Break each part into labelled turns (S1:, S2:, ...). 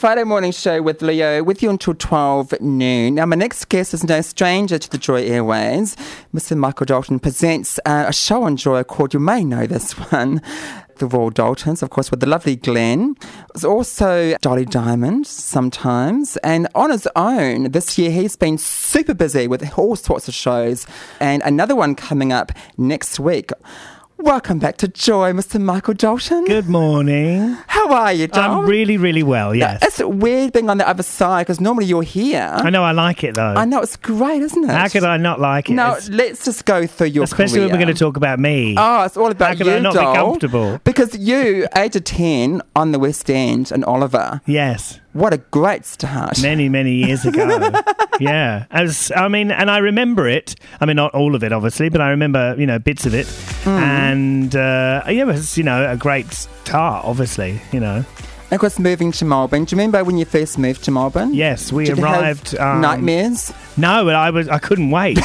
S1: Friday morning show with Leo, with you until 12 noon. Now, my next guest is no stranger to the Joy Airways. Mr. Michael Dalton presents uh, a show on Joy called, you may know this one, The Royal Daltons, of course, with the lovely Glenn. It's also Dolly Diamond sometimes. And on his own, this year he's been super busy with all sorts of shows and another one coming up next week. Welcome back to Joy, Mr. Michael Dalton.
S2: Good morning.
S1: How are you, Dal?
S2: I'm really, really well, yes.
S1: It's weird being on the other side because normally you're here.
S2: I know I like it though.
S1: I know it's great, isn't it?
S2: How could I not like it?
S1: Now
S2: It's-
S1: let's just go through your
S2: especially when
S1: career.
S2: we're going to talk about me.
S1: um, Oh, it's all about
S2: How could
S1: you,
S2: I not be
S1: doll.
S2: comfortable?
S1: Because you, age of ten, on the West End, and Oliver.
S2: Yes.
S1: What a great start!
S2: Many, many years ago. yeah. As I mean, and I remember it. I mean, not all of it, obviously, but I remember, you know, bits of it.
S1: Hmm.
S2: And uh, yeah, it was, you know, a great start, obviously, you know.
S1: And of course, moving to Melbourne. Do you remember when you first moved to Melbourne?
S2: Yes, we
S1: Did you have
S2: arrived. um,
S1: nightmares.
S2: No, but I was I couldn't wait.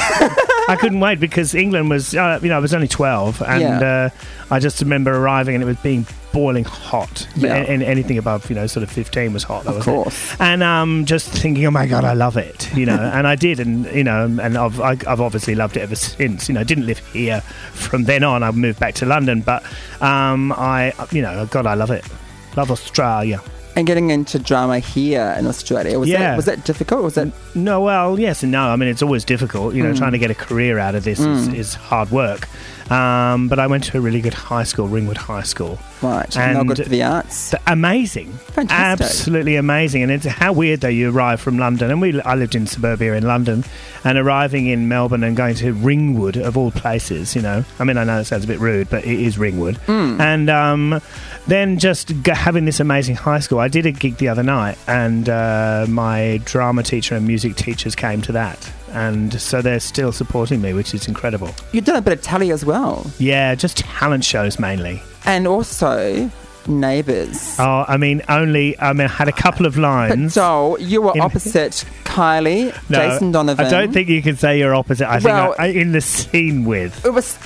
S2: I couldn't wait because England was uh, you know I was only twelve and
S1: Yeah.
S2: uh, I just remember arriving and it was being boiling hot
S1: Yeah.
S2: and, and anything above you know sort of fifteen was hot. That was
S1: course.
S2: It. And um, just thinking, oh my god, I love it, you know, and I did, and you know, and I've I, I've obviously loved it ever since. You know, I didn't live here from then on. I moved back to London, but um, I you know, God, I love it. Love Australia.
S1: And getting into drama here in Australia was
S2: Yeah.
S1: that was that difficult? Was that
S2: No, well, yes and no. I mean, it's always difficult. You know,
S1: Hmm.
S2: trying to get a career out of this is, is hard work. Um, but I went to a really good high school, Ringwood High School.
S1: right? no
S2: And
S1: good for the arts.
S2: It's amazing,
S1: Fantastic.
S2: absolutely amazing. And it's how weird though you arrive from London, and we I lived in suburbia in London, and arriving in Melbourne and going to Ringwood of all places. You know, I mean, I know it sounds a bit rude, but it is Ringwood.
S1: Hmm.
S2: And um, then just g- having this amazing high school. I did a gig the other night, and uh, my drama teacher and music teachers came to that. And so they're still supporting me, which is incredible.
S1: You've done a bit of tally as well,
S2: Yeah, just talent shows mainly.
S1: and also neighbours.
S2: Oh, I mean, only I mean, I had a couple of
S1: But
S2: lines.
S1: Joel, you were
S2: In-
S1: opposite Kylie, Jason Donovan.
S2: I don't think you can say you're opposite. I think
S1: Well-
S2: I, I- in the scene with.
S1: it was.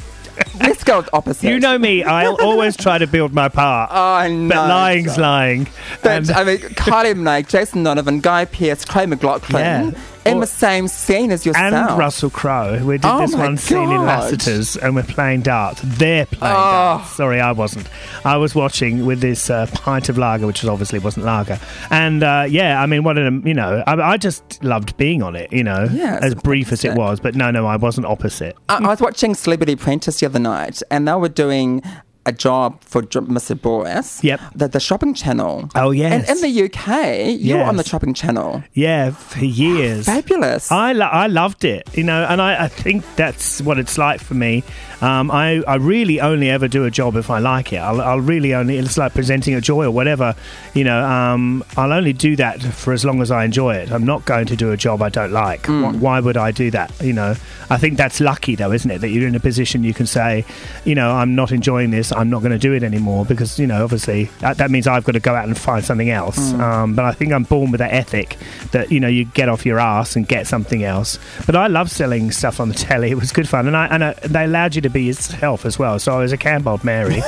S1: Let's go with opposite. Oh,
S2: You know me. I'll always try to build my part,
S1: I know.
S2: but lying's
S1: Joel.
S2: lying. Um,
S1: But um,
S2: And-
S1: I mean, Kylie Minogue, Jason Donovan, Guy Pearce, Craig McLaughlin,
S2: Yeah.
S1: in
S2: Or-
S1: the same scene as
S2: and
S1: yourself.
S2: Russell Crowe. We did
S1: Oh
S2: this
S1: my
S2: one scene in
S1: God. Oh.
S2: Lassiter's, and we're playing darts. They're playing darts. Sorry, I wasn't. I was watching with this uh, pint of lager, which was obviously wasn't lager. And uh, yeah, I mean, what an you know, I, I just loved being on it. You know,
S1: Yeah, it's
S2: as brief as it
S1: fantastic.
S2: was, but no, no, I wasn't opposite.
S1: I, I was watching Celebrity Apprentice the other night, and they were doing a job for Dr- Mr. Boris.
S2: Yep.
S1: The, the shopping channel.
S2: Oh,
S1: And
S2: yes.
S1: in the UK, you were on the
S2: Yes.
S1: shopping channel.
S2: Yeah, for years.
S1: Fabulous.
S2: I, lo- I loved it, you know, and I, I think that's what it's like for me. Um, I, I really only ever do a job if I like it. I'll, I'll really only, it's like presenting a joy or whatever, you know, um, I'll only do that for as long as I enjoy it. I'm not going to do a job I don't like. Wh- Why would I do that, you know? I think that's lucky, though, isn't it? That you're in a position you can say, you know, I'm not enjoying this, I'm not going to do it anymore because, you know, obviously that, that means I've got to go out and find something else. Um, but I think I'm born with that ethic that, you know, you get off your ass and get something else. But I love selling stuff on the telly. It was good fun. And, I, and I, they allowed you to be yourself as well. So I was a Campbell Mary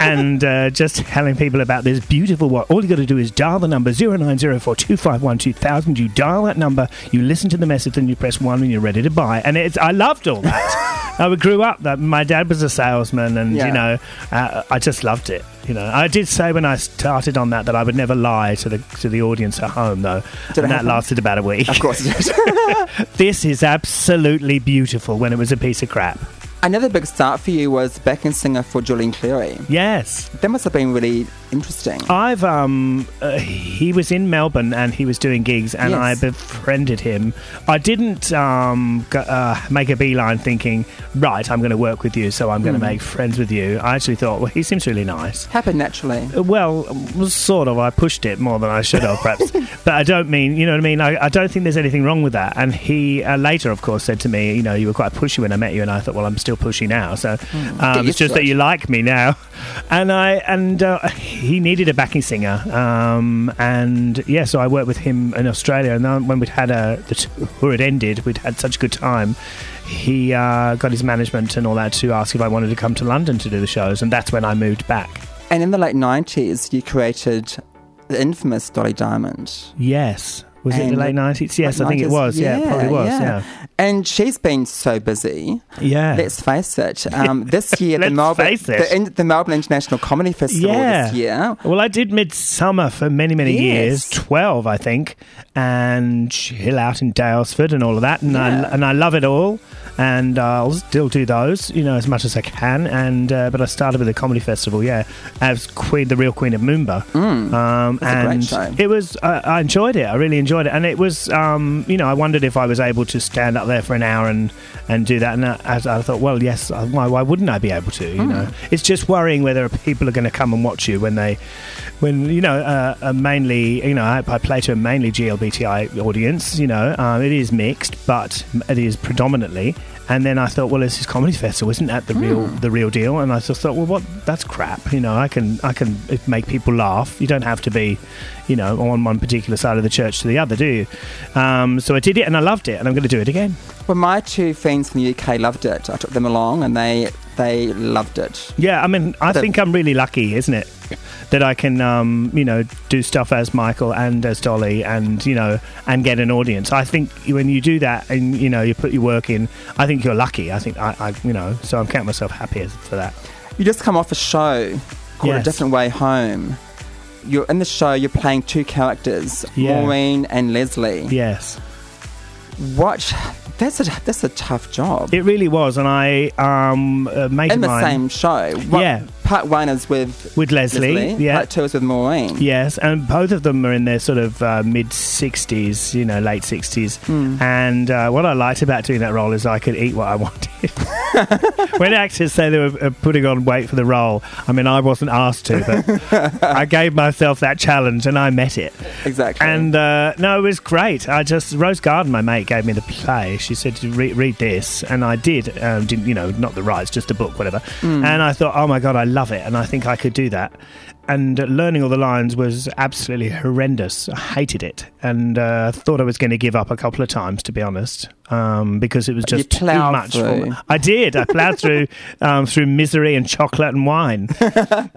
S2: and uh, just telling people about this beautiful watch. All you got to do is dial the number 0904 251 2000. You dial that number, you listen to the message, then you press 1 and you're ready to buy. And it's, I loved all that. I grew up, that my dad was a salesman and,
S1: Yeah.
S2: you know, uh, I just loved it. You know, I did say when I started on that that I would never lie to the to the audience at home, though,
S1: Did it
S2: and that
S1: happen?
S2: lasted about a week.
S1: of course. it is.
S2: This is absolutely beautiful when it was a piece of crap.
S1: Another big start for you was backing singer for Julian Cleary.
S2: Yes,
S1: That must have been really interesting.
S2: I've um, uh, he was in Melbourne and he was doing gigs, and
S1: Yes.
S2: I befriended him. I didn't um, go, uh, make a beeline thinking, right, I'm going to work with you, so I'm going to make friends with you. I actually thought, well, he seems really nice.
S1: Happened naturally.
S2: Uh, Well, um, sort of. I pushed it more than I should have, perhaps. but I don't mean, you know what I mean? I, I don't think there's anything wrong with that. And he uh, later, of course, said to me, you know, you were quite pushy when I met you. And I thought, well, I'm still pushy now. So um, it's
S1: Hmm. used
S2: just
S1: to
S2: that
S1: it.
S2: you like me now. And I, and uh, he needed a backing singer. Um, and yeah, so I worked with him in Australia. And then when we'd had a, the tour had ended, we'd had such a good time. He uh, got his management and all that to ask if I wanted to come to London to do the shows. And that's when I moved back.
S1: And in the late 90s, you created the infamous Dolly Diamond.
S2: Yes. Was it
S1: And
S2: the late nineties? Yes, I think it
S1: 90s.
S2: was. Yeah, it probably was. Yeah.
S1: And she's been so busy.
S2: Yeah.
S1: Let's face it. Um, this year, the
S2: Let's
S1: Melbourne,
S2: face it.
S1: The, in, the Melbourne International Comedy Festival
S2: yeah.
S1: this year.
S2: Well, I did Midsummer for many, many
S1: Yes.
S2: years, 12, I think, and Chill Out in Dalesford and all of that. And,
S1: Yeah.
S2: I, and I love it all. And I'll still do those, you know, as much as I can. And uh, But I started with a comedy festival, yeah, as Queen, the real Queen of Moomba. um,
S1: Mm. That's a great
S2: and
S1: show.
S2: it was, I I enjoyed it. I really enjoyed it. And it was, um, you know, I wondered if I was able to stand up there for an hour and, and do that. And I, as I thought, well, yes, uh, why, why wouldn't I be able to, you know? It's just worrying whether people are going to come and watch you when they, when, you know, uh, uh, mainly, you know, I, I play to a mainly GLBTI audience, you know, um, it is mixed, but it is predominantly. And then I thought, well, it's this comedy festival, isn't that the real the real deal? And I just thought, well, what? That's crap. You know, I can I can make people laugh. You don't have to be, you know, on one particular side of the church to the other, do you? Um, so I did it, and I loved it, and I'm going to do it again.
S1: Well, my two friends from the UK loved it. I took them along and they they loved it.
S2: Yeah, I mean, I
S1: The-
S2: think I'm really lucky, isn't it? That I can, um, you know, do stuff as Michael and as Dolly, and you know, and get an audience. I think when you do that, and you know, you put your work in, I think you're lucky. I think I, I you know, so I'm counting myself happy for that.
S1: You just come off a show called A
S2: Yes.
S1: Different Way Home. You're in the show, you're playing two characters,
S2: Yeah.
S1: Maureen and Leslie.
S2: Yes.
S1: What? That's a, that's a tough job.
S2: It really was, and I um, uh, made
S1: in the
S2: mine.
S1: same show. One-
S2: Yeah.
S1: Part one is with
S2: With Leslie, yeah.
S1: Part two is with Maureen.
S2: Yes, and both of them are in their sort of uh, mid 60s, you know, late 60s. And uh, what I liked about doing that role is I could eat what I wanted. when actors say they were uh, putting on weight for the role, I mean, I wasn't asked to, but I gave myself that challenge and I met it.
S1: Exactly.
S2: And uh, no, it was great. I just Rose Garden, my mate, gave me the play. She said, "Re- "Read this," and I did. Um, didn't you know? Not the rights, just a book, whatever.
S1: Hmm.
S2: And I thought, "Oh my god, I love it," and I think I could do that. And uh, learning all the lines was absolutely horrendous. I hated it, and uh, thought I was going to give up a couple of times, to be honest, um, because it was
S1: you
S2: just too
S1: ploughed
S2: much. For
S1: through.
S2: me. I did. I plowed through um, through misery and chocolate and wine,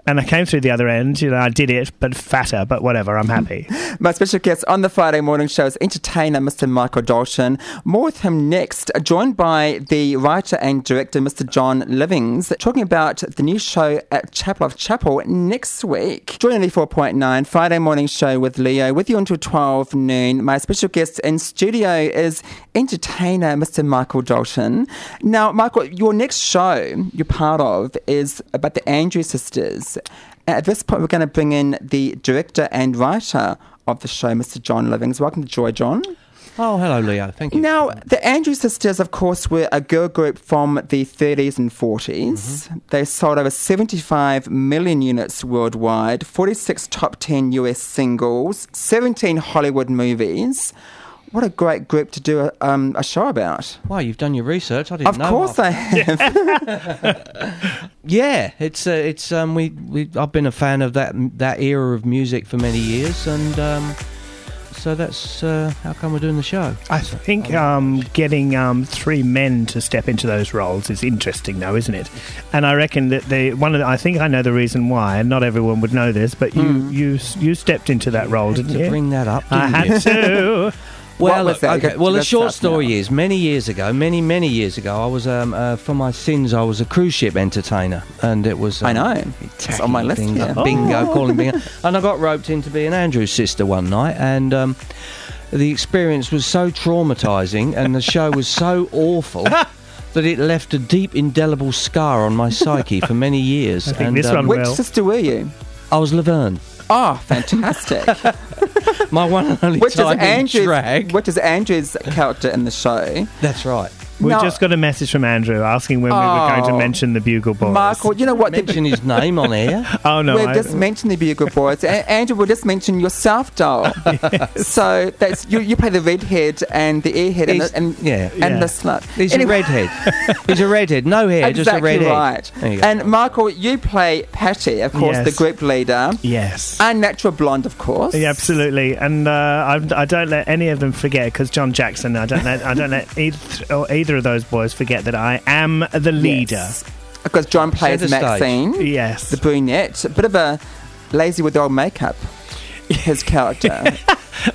S2: and I came through the other end. You know, I did it, but fatter. But whatever, I'm happy.
S1: My special guest on the Friday morning show is entertainer Mr. Michael Dalton. More with him next, joined by the writer and director Mr. John Livings, talking about the new show at Chapel of Chapel next week. Joining the 4.9 Friday morning show with Leo, with you until 12 noon. My special guest in studio is entertainer Mr. Michael Dalton. Now, Michael, your next show you're part of is about the Andrew sisters. At this point, we're going to bring in the director and writer of the show, Mr. John Livings. Welcome to Joy, John.
S3: Oh, hello, Leo. Thank you.
S1: Now, the Andrew sisters, of course, were a girl group from the 30s and 40s.
S3: Mm-hmm.
S1: They sold over 75 million units worldwide, 46 top 10 US singles, 17 Hollywood movies. What a great group to do a, um, a show about.
S3: wow, you've done your research. I didn't
S1: Of
S3: know.
S1: course,
S3: I-
S1: they have.
S3: yeah, it's uh, it's um we, we I've been a fan of that that era of music for many years, and um so that's uh, how come we're doing the show.
S2: I
S1: Oh,
S2: think um, getting um, three men to step into those roles is interesting, though, isn't it? And I reckon that the one of the, I think I know the reason why, and not everyone would know this, but you
S1: Hmm.
S2: you s- you stepped into that role,
S3: Had
S2: didn't
S3: to
S2: you?
S3: bring that up.
S2: I
S3: didn't you?
S2: had to.
S3: Well,
S1: was
S3: look,
S1: that?
S3: okay.
S1: Because
S3: Well, the
S1: that's
S3: short
S1: up
S3: story
S1: now.
S3: is many years ago, many many years ago, I was um, uh, for my sins, I was a cruise ship entertainer, and it was um,
S1: I know.
S3: tacky
S1: It's on my list,
S3: things,
S1: yeah. Oh.
S3: like bingo, calling bingo, and I got roped into being Andrew's sister one night, and. Um, the experience was so traumatizing and the show was so awful that it left a deep indelible scar on my psyche for many years
S2: I think
S3: and um,
S2: this one
S1: Which
S2: Well.
S1: sister were you?
S3: I was Laverne.
S1: Oh, fantastic.
S3: My one and only
S1: which, is
S3: time in
S1: Andrew's,
S3: drag.
S1: which is Andrew's character in the show.
S3: That's right.
S2: We
S1: No.
S2: just got a message from Andrew asking when we were going to
S1: Oh.
S2: mention the Bugle Boys.
S1: Michael, you know what? They-
S3: Mention his name on air.
S2: oh no,
S1: We've
S2: I-
S1: just mentioned the Bugle Boys. A- Andrew, we'll just mention yourself, doll. So that's you, you play the redhead and the airhead and,
S3: He's-
S1: the, and,
S3: yeah.
S1: and
S2: Yeah.
S1: the slut.
S3: He's
S1: Anyway,
S3: a redhead. He's a redhead. No hair,
S1: exactly
S3: just a redhead.
S1: right.
S3: There you go.
S1: And Michael, you play Patty, of course,
S2: Yes.
S1: the group leader.
S2: yes.
S1: Unnatural blonde, of course.
S2: Yeah, absolutely, and uh, I, I don't let any of them forget because John Jackson. I don't let I don't let either, or either of those boys forget that I am the leader.
S1: Yes. Because John plays
S3: Centre stage.
S1: Maxine,
S2: Yes,
S1: the brunette, a bit of a lazy with the old makeup. His character.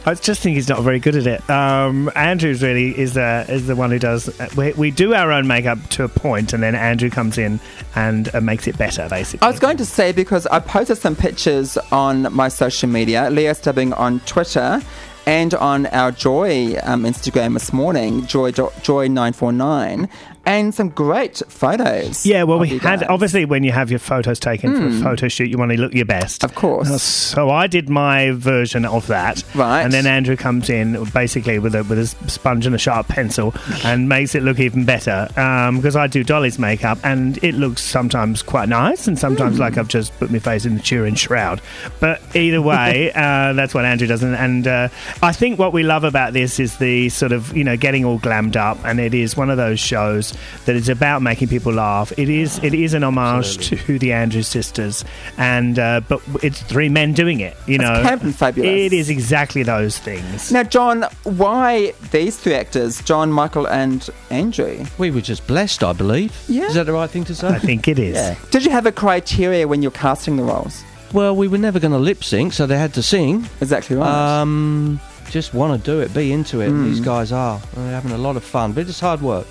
S2: I just think he's not very good at it. Um, Andrew's really is the is the one who does. We, we do our own makeup to a point, and then Andrew comes in and uh, makes it better. Basically,
S1: I was going to say because I posted some pictures on my social media, Leo Stubbing on Twitter, and on our Joy um, Instagram this morning, Joy Joy nine four nine, and some great photos.
S2: Yeah, well,
S1: of
S2: we
S1: you
S2: had
S1: guys.
S2: obviously when you have your photos taken for a photo shoot, you want to look your best.
S1: Hmm. Of course.
S2: Uh, So I did my version of that,
S1: Right.
S2: And then Andrew comes in basically with a with a sponge and a sharp pencil and makes it look even better because I do Dolly's makeup and it looks sometimes quite nice and sometimes like I've just put my face in the Turin shroud. But either way, uh, that's what Andrew does, and, and uh, I think what we love about this is the sort of you know getting all glammed up, and it is one of those shows that is about making people laugh. It is it is an homage to the Andrews sisters, and uh, but it's three men doing it. You
S1: That's
S2: know,
S1: camp and fabulous.
S2: It is exactly those things.
S1: Now, John, why these three actors, John, Michael, and Andrew?
S3: We were just blessed, I believe.
S1: Yeah.
S3: Is that the right thing to
S2: I
S3: say?
S2: think it is.
S3: Yeah.
S1: Did you have a criteria when you're casting the roles?
S3: well, we were never going to lip sync, so they had to sing.
S1: Exactly
S2: Uh,
S1: right.
S3: Um, just want to do it, be into it. These guys are. They're having a lot of fun, but it's hard work.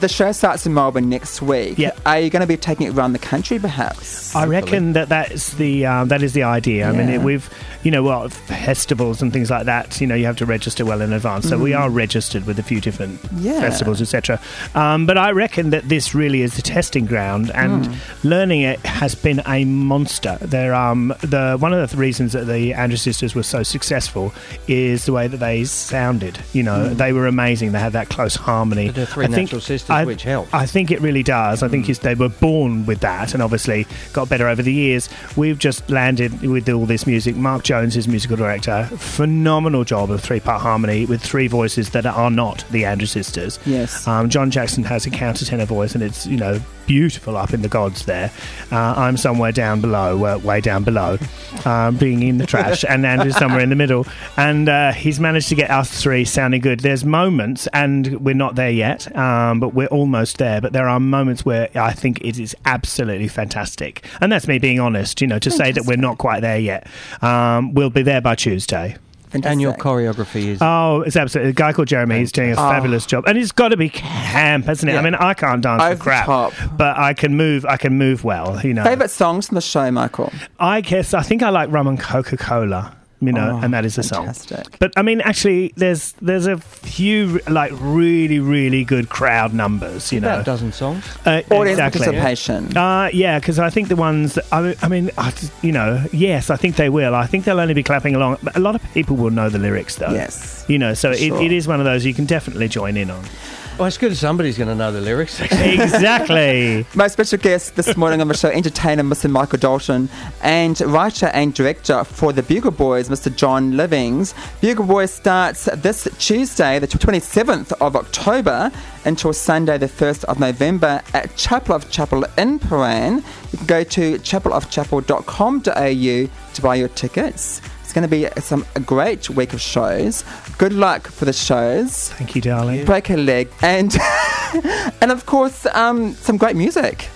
S1: the show starts in Melbourne next week.
S2: Yeah. Uh,
S1: Are you going to be taking it around the country, perhaps?
S2: I reckon that that's the um, that is the idea. I mean,
S1: Yeah.
S2: it, we've you know well festivals and things like that. You know, you have to register well in advance. So we are registered with a few different
S1: Mm. Yeah.
S2: festivals, etc. Um, but I reckon that this really is the testing ground, and
S1: Mm.
S2: learning it has been a monster. There, um, the one of the th- reasons that the Andrew sisters were so successful is the way that they sounded. You
S1: Mm.
S2: know, they were amazing. They had that close harmony.
S3: They're three natural sisters,
S2: I-
S3: which helped.
S2: I think it really does. I think it's, they were born with that and obviously got better over the years. We've just landed with all this music. Mark Jones is musical director. Phenomenal job of three part harmony with three voices that are not the Andrew sisters.
S1: Yes.
S2: Um, John Jackson has a countertenor voice and it's, you know, beautiful up in the gods there. Uh, I'm somewhere down below, uh, way down below, um, being in the trash, and Andrew's somewhere in the middle. And uh, he's managed to get us three sounding good. There's moments, and we're not there yet, um, but we're almost there. But there are moments where I think it is absolutely fantastic. And that's me being honest, you know, to say that we're not quite there yet. Um, we'll be there by Tuesday.
S3: And your
S1: Fantastic.
S3: choreography is.
S2: Oh, it's absolutely. A guy called Jeremy is doing a fabulous job, and it's got to be camp, hasn't it? I
S1: Yeah.
S2: mean, I can't dance
S1: Over
S2: for
S1: the
S2: crap,
S1: top.
S2: but I can move. I can move well. You know,
S1: Favorite songs from the show, Michael?
S2: I guess I think I like rum and Coca Cola. You know,
S1: Oh,
S2: and that is the song.
S1: fantastic.
S2: But I mean, actually, there's there's a few like really really good crowd numbers. You
S3: About
S2: know,
S3: a dozen songs.
S2: uh,
S1: Audience
S2: exactly.
S1: participation.
S2: Uh, yeah, because I think the ones that, I, I mean, I, just- you know, yes, I think they will. I think they'll only be clapping along. But a lot of people will know the lyrics though.
S1: Yes.
S2: you know, so
S1: Sure.
S2: it, it is one of those you can definitely join in on.
S3: Well, it's good if somebody's going to know the lyrics.
S2: Exactly.
S1: My special guest this morning on the show, entertainer Mr. Michael Dalton, and writer and director for the Bugle Boys, Mr. John Livings. Bugle Boys starts this Tuesday, the 27th of October, until Sunday, the 1st of November at Chapel of Chapel in Paran. You can go to chapelofchapel.com.au to buy your tickets. It's going to be some a great week of shows. Good luck for the shows.
S2: Thank you, darling.
S1: break a leg, and and of course um, some great music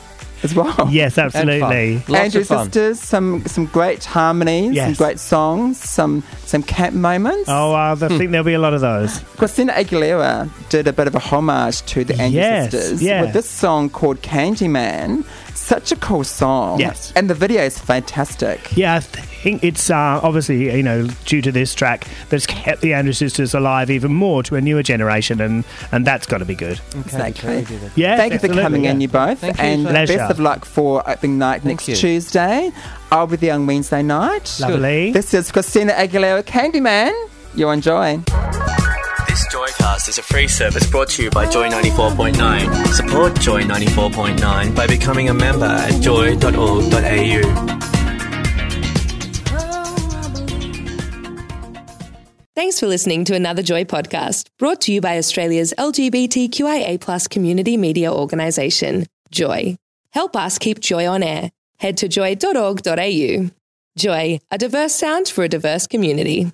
S1: as well.
S2: Yes,
S3: And fun.
S2: absolutely.
S3: Lots
S1: Andrew
S3: of fun.
S1: sisters, some some great harmonies, some
S2: Yes.
S1: great songs, some some camp moments.
S2: Oh, uh, I think there'll be a lot of those.
S1: Christina Aguilera did a bit of a homage to the Andrew
S2: Yes,
S1: sisters
S2: yeah.
S1: with this song called Candyman. Such a cool song.
S2: Yes.
S1: and the video is fantastic.
S2: Yeah, I think it's uh, obviously you know due to this track that's kept the Andrew sisters alive even more to a newer generation, and and that's got to be good.
S1: Exactly.
S3: Okay,
S2: Yeah,
S1: Thank you for
S2: absolutely.
S1: coming in, you both,
S3: Thank you
S1: and
S3: so
S2: much.
S1: best of luck for opening night next
S3: you.
S1: Tuesday. I'll be there on Wednesday night.
S2: Lovely.
S1: This is Christina Aguilera, Candyman. You enjoy.
S4: This Joycast is a free service brought to you by Joy 94.9. Support Joy 94.9 by becoming a member at joy.org.au.
S5: Thanks for listening to another Joy podcast brought to you by Australia's LGBTQIA community media organisation, Joy. Help us keep Joy on air. Head to joy.org.au. Joy, a diverse sound for a diverse community.